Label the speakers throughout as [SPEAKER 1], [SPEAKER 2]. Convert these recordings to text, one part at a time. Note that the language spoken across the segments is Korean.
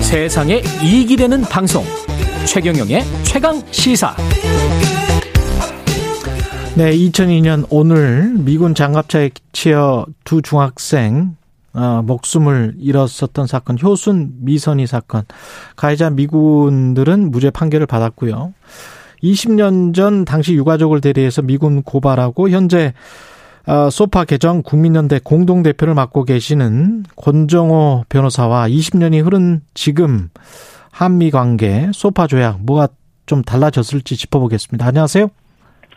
[SPEAKER 1] 세상에 이익이 되는 방송 최경영의 최강 시사
[SPEAKER 2] 네, 2002년 오늘 미군 장갑차에 치여 두 중학생 어, 목숨을 잃었었던 사건 효순 미선이 사건 가해자 미군들은 무죄 판결을 받았고요. 20년 전 당시 유가족을 대리해서 미군 고발하고 현재 어, 소파 개정 국민연대 공동대표를 맡고 계시는 권정호 변호사와 20년이 흐른 지금 한미 관계 소파 조약 뭐가 좀 달라졌을지 짚어보겠습니다. 안녕하세요.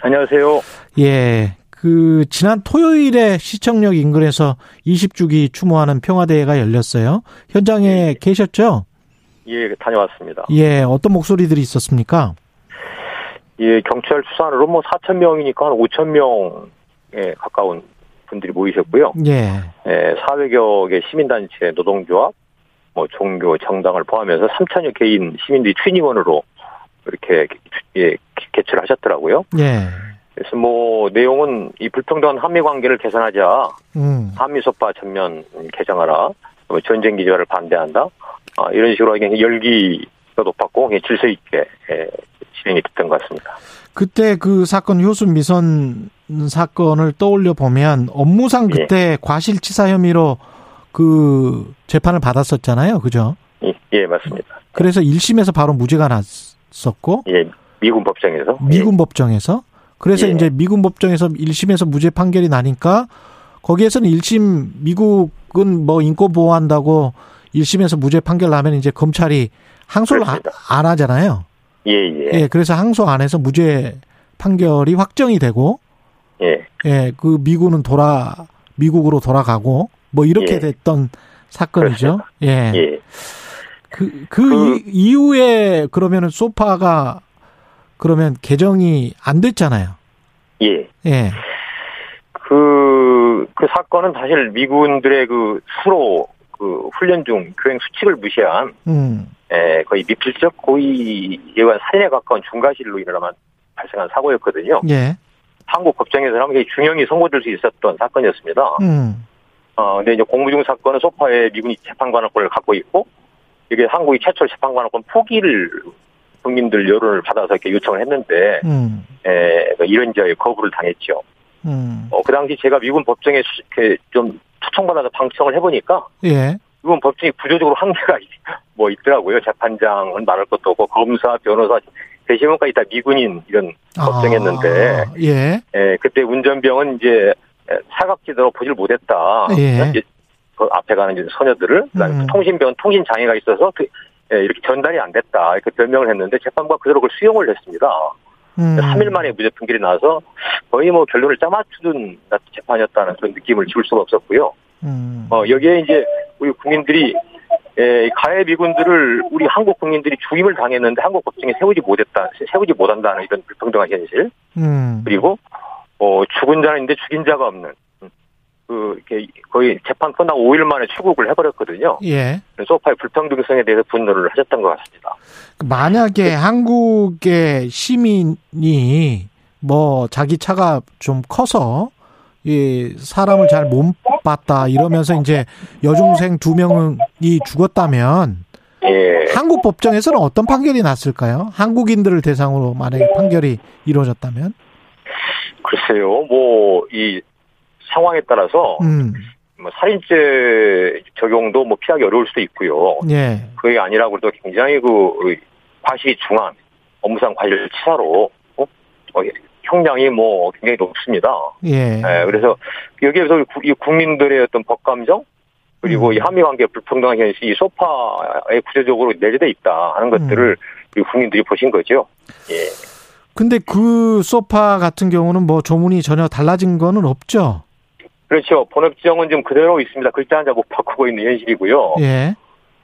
[SPEAKER 3] 안녕하세요.
[SPEAKER 2] 예. 그 지난 토요일에 시청역 인근에서 20주기 추모하는 평화대회가 열렸어요. 현장에 계셨죠?
[SPEAKER 3] 예, 다녀왔습니다.
[SPEAKER 2] 예, 어떤 목소리들이 있었습니까?
[SPEAKER 3] 예, 경찰 수산으로 뭐 4천 명이니까 한 5천 명에 가까운 분들이 모이셨고요.
[SPEAKER 2] 예.
[SPEAKER 3] 예, 사회격의 시민단체, 노동조합, 뭐 종교, 정당을 포함해서 3천여 개인 시민들이 추인원으로 이렇게 예, 개최를 하셨더라고요.
[SPEAKER 2] 예.
[SPEAKER 3] 그래서 뭐 내용은 이 불평등한 한미 관계를 개선하자
[SPEAKER 2] 음.
[SPEAKER 3] 한미 소파 전면 개정하라 뭐 전쟁 기조화를 반대한다 아, 이런 식으로 굉장히 열기가 높았고 굉장히 질서 있게 예, 진행이 됐던 것 같습니다.
[SPEAKER 2] 그때 그 사건 효순 미선 사건을 떠올려 보면 업무상 그때 과실치사 혐의로 그 재판을 받았었잖아요. 그죠?
[SPEAKER 3] 예, 예, 맞습니다.
[SPEAKER 2] 그래서 1심에서 바로 무죄가 났었고
[SPEAKER 3] 예 미군 법정에서
[SPEAKER 2] 미군 법정에서 그래서
[SPEAKER 3] 예.
[SPEAKER 2] 이제 미군 법정에서 1심에서 무죄 판결이 나니까 거기에서는 1심 미국은 뭐 인권 보호한다고 1심에서 무죄 판결 나면 이제 검찰이 항소를 아-
[SPEAKER 3] 그렇습니다.
[SPEAKER 2] 안 하잖아요.
[SPEAKER 3] 예, 예,
[SPEAKER 2] 예, 그래서 항소 안 해서 무죄 판결이 확정이 되고
[SPEAKER 3] 예,
[SPEAKER 2] 예, 그 미군은 돌아 미국으로 돌아가고 뭐 이렇게
[SPEAKER 3] 예.
[SPEAKER 2] 됐던 사건이죠. 예.
[SPEAKER 3] 예.
[SPEAKER 2] 그, 그,
[SPEAKER 3] 그-
[SPEAKER 2] 이- 이후에 그러면은 소파가 그러면 개정이 안 됐잖아요.
[SPEAKER 3] 예.
[SPEAKER 2] 예.
[SPEAKER 3] 그, 그 사건은 사실 미군들의 그 수로 그 훈련 중 교행 수칙을 무시한
[SPEAKER 2] 음.
[SPEAKER 3] 예, 거의 미필적 고의에 관한 살인에 가까운 중과실로 인하여만 발생한 사고였거든요.
[SPEAKER 2] 예.
[SPEAKER 3] 한국 법정에서는 굉장히 중형이 선고될 수 있었던 사건이었습니다.
[SPEAKER 2] 음.
[SPEAKER 3] 어, 근데 이제 공무중 사건은 소파에 미군이 재판관권을 갖고 있고, 이게 한국이 최초로 재판관권 포기를 국민들 여론을 받아서 이렇게 요청을 했는데,
[SPEAKER 2] 음.
[SPEAKER 3] 에, 그 이런 저의 거부를 당했죠.
[SPEAKER 2] 음.
[SPEAKER 3] 어, 그 당시 제가 미군 법정에 수- 이렇게 좀 초청받아서 방청을 해보니까,
[SPEAKER 2] 예.
[SPEAKER 3] 이건 법정이 구조적으로 한계가 있- 뭐 있더라고요. 재판장은 말할 것도 없고 검사, 변호사, 대신원까지 다 미군인 이런 걱정했는데.
[SPEAKER 2] 아, 예.
[SPEAKER 3] 에, 그때 운전병은 이제 에, 사각지대로 보질 못했다.
[SPEAKER 2] 예.
[SPEAKER 3] 이제 그 앞에 가는 이제 소녀들을 그다음에
[SPEAKER 2] 음.
[SPEAKER 3] 통신병은 통신 장애가 있어서 그, 에, 이렇게 전달이 안 됐다 이렇게 변명을 했는데 재판부가 그대로 그걸 수용을 했습니다.
[SPEAKER 2] 음.
[SPEAKER 3] 3일 만에 무죄 판결이 나서 거의 뭐 결론을 짜맞추는 재판이었다는 그런 느낌을 지울 수가 없었고요.
[SPEAKER 2] 음.
[SPEAKER 3] 어, 여기에 이제 우리 국민들이 에, 이 가해 미군들을 우리 한국 국민들이 죽임을 당했는데 한국 법정에 세우지 못했다, 세우지 못한다는 이런 불평등한 현실
[SPEAKER 2] 음.
[SPEAKER 3] 그리고 어, 죽은 자는 있는데 죽인 자가 없는 음, 그 이렇게 거의 재판 끝나고 5일 만에 출국을 해버렸거든요.
[SPEAKER 2] 예.
[SPEAKER 3] 그래서 소파의 불평등성에 대해서 분노를 하셨던 것 같습니다.
[SPEAKER 2] 그
[SPEAKER 3] 네.
[SPEAKER 2] 만약에 한국의 시민이 뭐 자기 차가 좀 커서 이 사람을 잘 못 봤다 이러면서 이제 여중생 두 명이 죽었다면
[SPEAKER 3] 예,
[SPEAKER 2] 한국 법정에서는 어떤 판결이 났을까요? 한국인들을 대상으로 만약에 판결이 이루어졌다면?
[SPEAKER 3] 글쎄요, 뭐 이 상황에 따라서
[SPEAKER 2] 음.
[SPEAKER 3] 뭐 살인죄 적용도 뭐 피하기 어려울 수도 있고요.
[SPEAKER 2] 예.
[SPEAKER 3] 그게 아니라 그래도 굉장히 그 과실이 중한 업무상 과실 치사로 어? 어, 형량이 뭐 굉장히 높습니다.
[SPEAKER 2] 예.
[SPEAKER 3] 예, 그래서 여기에서 구- 이 국민들의 어떤 법감정 그리고
[SPEAKER 2] 음.
[SPEAKER 3] 이 한미 관계 불평등한 현실이 소파에 구조적으로 내재돼 있다 하는 것들을
[SPEAKER 2] 음.
[SPEAKER 3] 우리 국민들이 보신 거죠. 예.
[SPEAKER 2] 근데 그 소파 같은 경우는 뭐 조문이 전혀 달라진 거는 없죠.
[SPEAKER 3] 그렇죠. 본업지정은 지금 그대로 있습니다. 글자 한자 못 바꾸고 있는 현실이고요.
[SPEAKER 2] 예.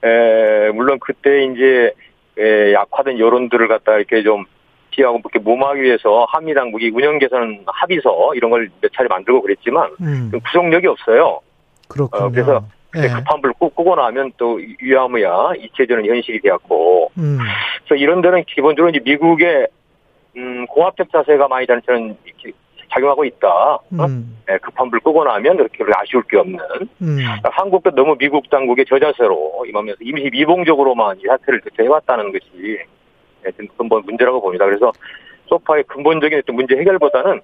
[SPEAKER 3] 에, 물론 그때 이제 에, 약화된 여론들을 갖다 이렇게 좀 피하고 이렇게 몸하기 위해서 한미 당국이 운영 개선 합의서 이런 걸 몇 차례 만들고 그랬지만
[SPEAKER 2] 음.
[SPEAKER 3] 좀 구속력이 없어요.
[SPEAKER 2] 그렇군요.
[SPEAKER 3] 어, 그래서
[SPEAKER 2] 예.
[SPEAKER 3] 급한 불 끄- 끄고 나면 또 위야무야 이체되는 현실이 되었고
[SPEAKER 2] 음.
[SPEAKER 3] 그래서 이런 데는 기본적으로 이제 미국의 음, 공합적 자세가 많이 저는 이렇게 작용하고 있다.
[SPEAKER 2] 음,
[SPEAKER 3] 예, 급한 불 끄고 나면 그렇게 별로 아쉬울 게 없는 그러니까
[SPEAKER 2] 음,
[SPEAKER 3] 한국도 너무 미국 당국의 저자세로 임하면서 임시 미봉적으로만 이 사태를 대처해왔다는 것이 예, 좀 근본 문제라고 봅니다. 그래서 소파의 근본적인 어떤 문제 해결보다는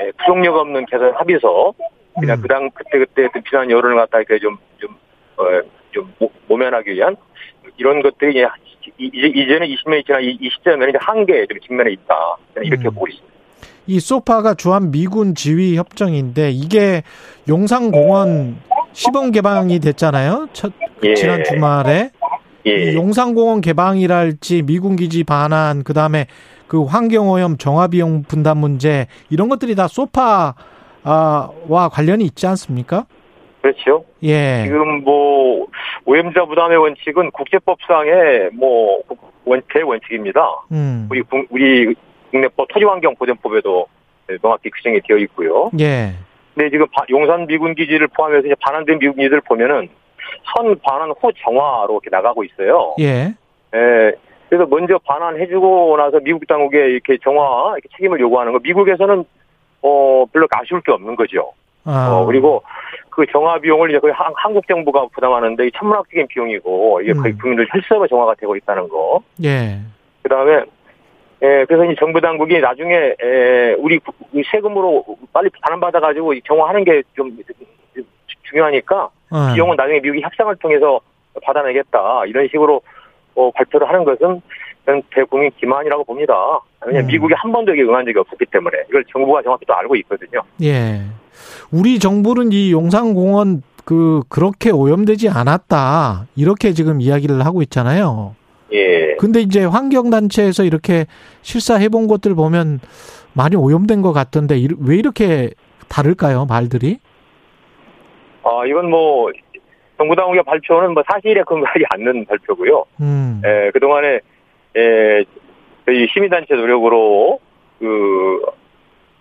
[SPEAKER 3] 예, 부속력 없는 계산 합의서 그냥
[SPEAKER 2] 음.
[SPEAKER 3] 그당 그때 그때 어떤 비난 여론을 갖다 이렇게 좀좀좀 어, 좀 모- 모면하기 위한 이런 것들이 이제 이- 이제 이제는 20년이 지난 이, 이 시점에는 이제 한계에 좀 직면해 있다 저는 이렇게
[SPEAKER 2] 음.
[SPEAKER 3] 보고 있습니다.
[SPEAKER 2] 이 소파가 주한 미군 지휘 협정인데 이게 용산공원 시범 개방이 됐잖아요. 첫,
[SPEAKER 3] 예.
[SPEAKER 2] 지난 주말에
[SPEAKER 3] 예.
[SPEAKER 2] 이 용산공원 개방이랄지 미군 기지 반환 그다음에 그 환경오염 정화비용 분담 문제 이런 것들이 다 소파와 관련이 있지 않습니까?
[SPEAKER 3] 그렇죠.
[SPEAKER 2] 예.
[SPEAKER 3] 지금 뭐 오염자 부담의 원칙은 국제법상의 뭐 원, 대원칙입니다.
[SPEAKER 2] 음.
[SPEAKER 3] 우리 국- 우리 국내법 토지환경보전법에도 명확히 규정이 되어 있고요.
[SPEAKER 2] 예.
[SPEAKER 3] 근데 지금 바- 용산 미군 기지를 포함해서 이제 반환된 미군 기지를 보면은 선 반환 후 정화로 이렇게 나가고 있어요.
[SPEAKER 2] 예.
[SPEAKER 3] 예. 그래서 먼저 반환해주고 나서 미국 당국에 이렇게 정화 이렇게 책임을 요구하는 거 미국에서는 어 별로 아쉬울 게 없는 거죠.
[SPEAKER 2] 아.
[SPEAKER 3] 어, 그리고 그 정화 비용을 이제 거의 한, 한국 정부가 부담하는데 이 천문학적인 비용이고 이게 거의
[SPEAKER 2] 음.
[SPEAKER 3] 국민들 혈세가 정화가 되고 있다는 거.
[SPEAKER 2] 예.
[SPEAKER 3] 그 다음에 예, 그래서 이 정부 당국이 나중에 에, 우리 국- 이 세금으로 빨리 반환받아가지고 이 정화하는 게 좀 중요하니까
[SPEAKER 2] 어.
[SPEAKER 3] 비용은 나중에 미국이 협상을 통해서 받아내겠다 이런 식으로 어, 발표를 하는 것은 저는 대국민 기만이라고 봅니다. 왜냐
[SPEAKER 2] 음.
[SPEAKER 3] 면 미국이 한 번도 이게 응한 적이 없었기 때문에 이걸 정부가 정확히 또 알고 있거든요.
[SPEAKER 2] 예. 우리 정부는 이 용산공원 그 그렇게 오염되지 않았다 이렇게 지금 이야기를 하고 있잖아요.
[SPEAKER 3] 예.
[SPEAKER 2] 근데 이제 환경단체에서 이렇게 실사해본 것들 보면 많이 오염된 것 같던데 이- 왜 이렇게 다를까요 말들이?
[SPEAKER 3] 아, 이건 뭐, 정부 당국의 발표는 뭐 사실에 근거하지 않는 발표고요.
[SPEAKER 2] 음.
[SPEAKER 3] 에, 그동안에, 에, 저희 시민단체 노력으로, 그,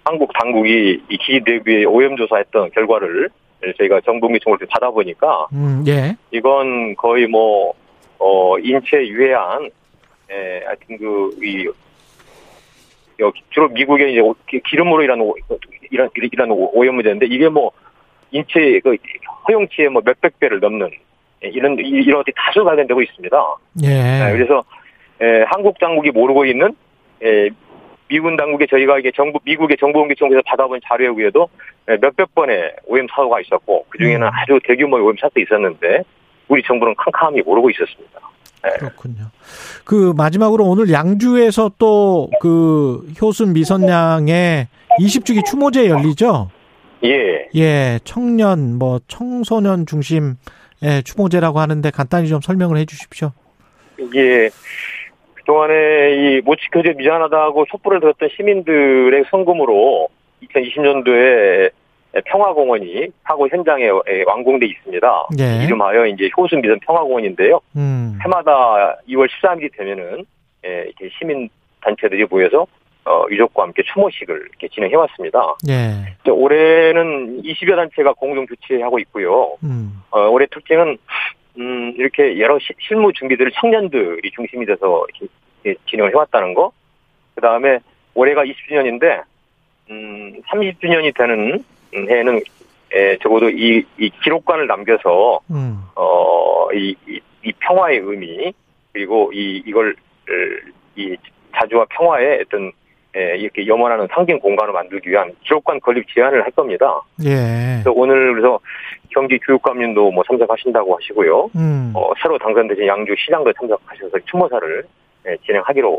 [SPEAKER 3] 한국 당국이 이 기기 대비에 오염조사했던 결과를 저희가 정부 미총을 받아보니까,
[SPEAKER 2] 음, 예.
[SPEAKER 3] 이건 거의 뭐, 어, 인체 유해한, 에, 하여튼 그, 이, 여- 주로 미국의 이제 오- 기- 기름으로 일하는, 오- 이런, 이런 오염 문제인데, 이게 뭐, 인체, 그, 허용치의 뭐 몇백 배를 넘는, 예, 이런, 이- 이런 것들이 다수 발견되고 있습니다. 예,
[SPEAKER 2] 예.
[SPEAKER 3] 그래서, 예, 한국 당국이 모르고 있는, 예, 미군 당국에 저희가 이게 정부, 미국의 정보원기청에서 받아본 자료에 의해도 예, 몇백 번의 오염 사고가 있었고, 그중에는
[SPEAKER 2] 음.
[SPEAKER 3] 아주 대규모의 오염 사도 있었는데, 우리 정부는 캄캄히 모르고 있었습니다.
[SPEAKER 2] 그렇군요. 그 마지막으로 오늘 양주에서 또 그 효순 미선양의 20주기 추모제 열리죠?
[SPEAKER 3] 예.
[SPEAKER 2] 예, 청년 뭐 청소년 중심의 예, 추모제라고 하는데 간단히 좀 설명을 해 주십시오.
[SPEAKER 3] 이게 그동안에 이 못 지켜져 미안하다고 촛불을 들었던 시민들의 성금으로 2020년도에 평화공원이 하고 현장에 완공돼 있습니다.
[SPEAKER 2] 예.
[SPEAKER 3] 어, 이름하여 이제 효순 미선 평화공원인데요.
[SPEAKER 2] 음.
[SPEAKER 3] 해마다 2월 13일이 되면은 예, 이렇게 시민 단체들이 모여서 어, 유족과 함께 추모식을 이렇게 진행해 왔습니다.
[SPEAKER 2] 예.
[SPEAKER 3] 올해는 20여 단체가 공동 주최하고 있고요.
[SPEAKER 2] 음.
[SPEAKER 3] 어, 올해 특징은 음, 이렇게 여러 시- 실무 준비들을 청년들이 중심이 돼서 이렇게- 이렇게 진행을 해왔다는 거. 그 다음에 올해가 20주년인데 음, 30주년이 되는 음, 해에는 에, 적어도 이, 이 기록관을 남겨서
[SPEAKER 2] 음.
[SPEAKER 3] 어, 이, 이, 이 평화의 의미 그리고 이 이걸 을, 이 자주와 평화의 어떤 에, 이렇게 염원하는 상징 공간을 만들기 위한 기록관 건립 제안을 할 겁니다.
[SPEAKER 2] 예.
[SPEAKER 3] 그래서 오늘 그래서 경기 교육감님도 뭐 참석하신다고 하시고요.
[SPEAKER 2] 음.
[SPEAKER 3] 어, 새로 당선되신 양주 시장도 참석하셔서 추모사를 예, 진행하기로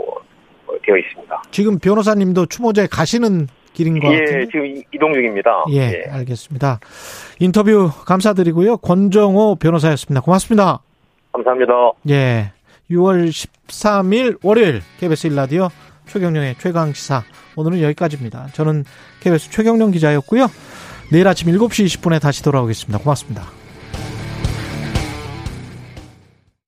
[SPEAKER 3] 어, 되어 있습니다.
[SPEAKER 2] 지금 변호사님도 추모제 가시는 길인 것
[SPEAKER 3] 예,
[SPEAKER 2] 같은데.
[SPEAKER 3] 지금 어, 이- 이동 중입니다.
[SPEAKER 2] 예, 알겠습니다. 인터뷰 감사드리고요. 권정호 변호사였습니다. 고맙습니다.
[SPEAKER 3] 감사합니다.
[SPEAKER 2] 예. 6월 13일 월요일 KBS 1라디오 최경령의 최강시사 오늘은 여기까지입니다. 저는 KBS 최경령 기자였고요. 내일 아침 7시 20분에 다시 돌아오겠습니다. 고맙습니다.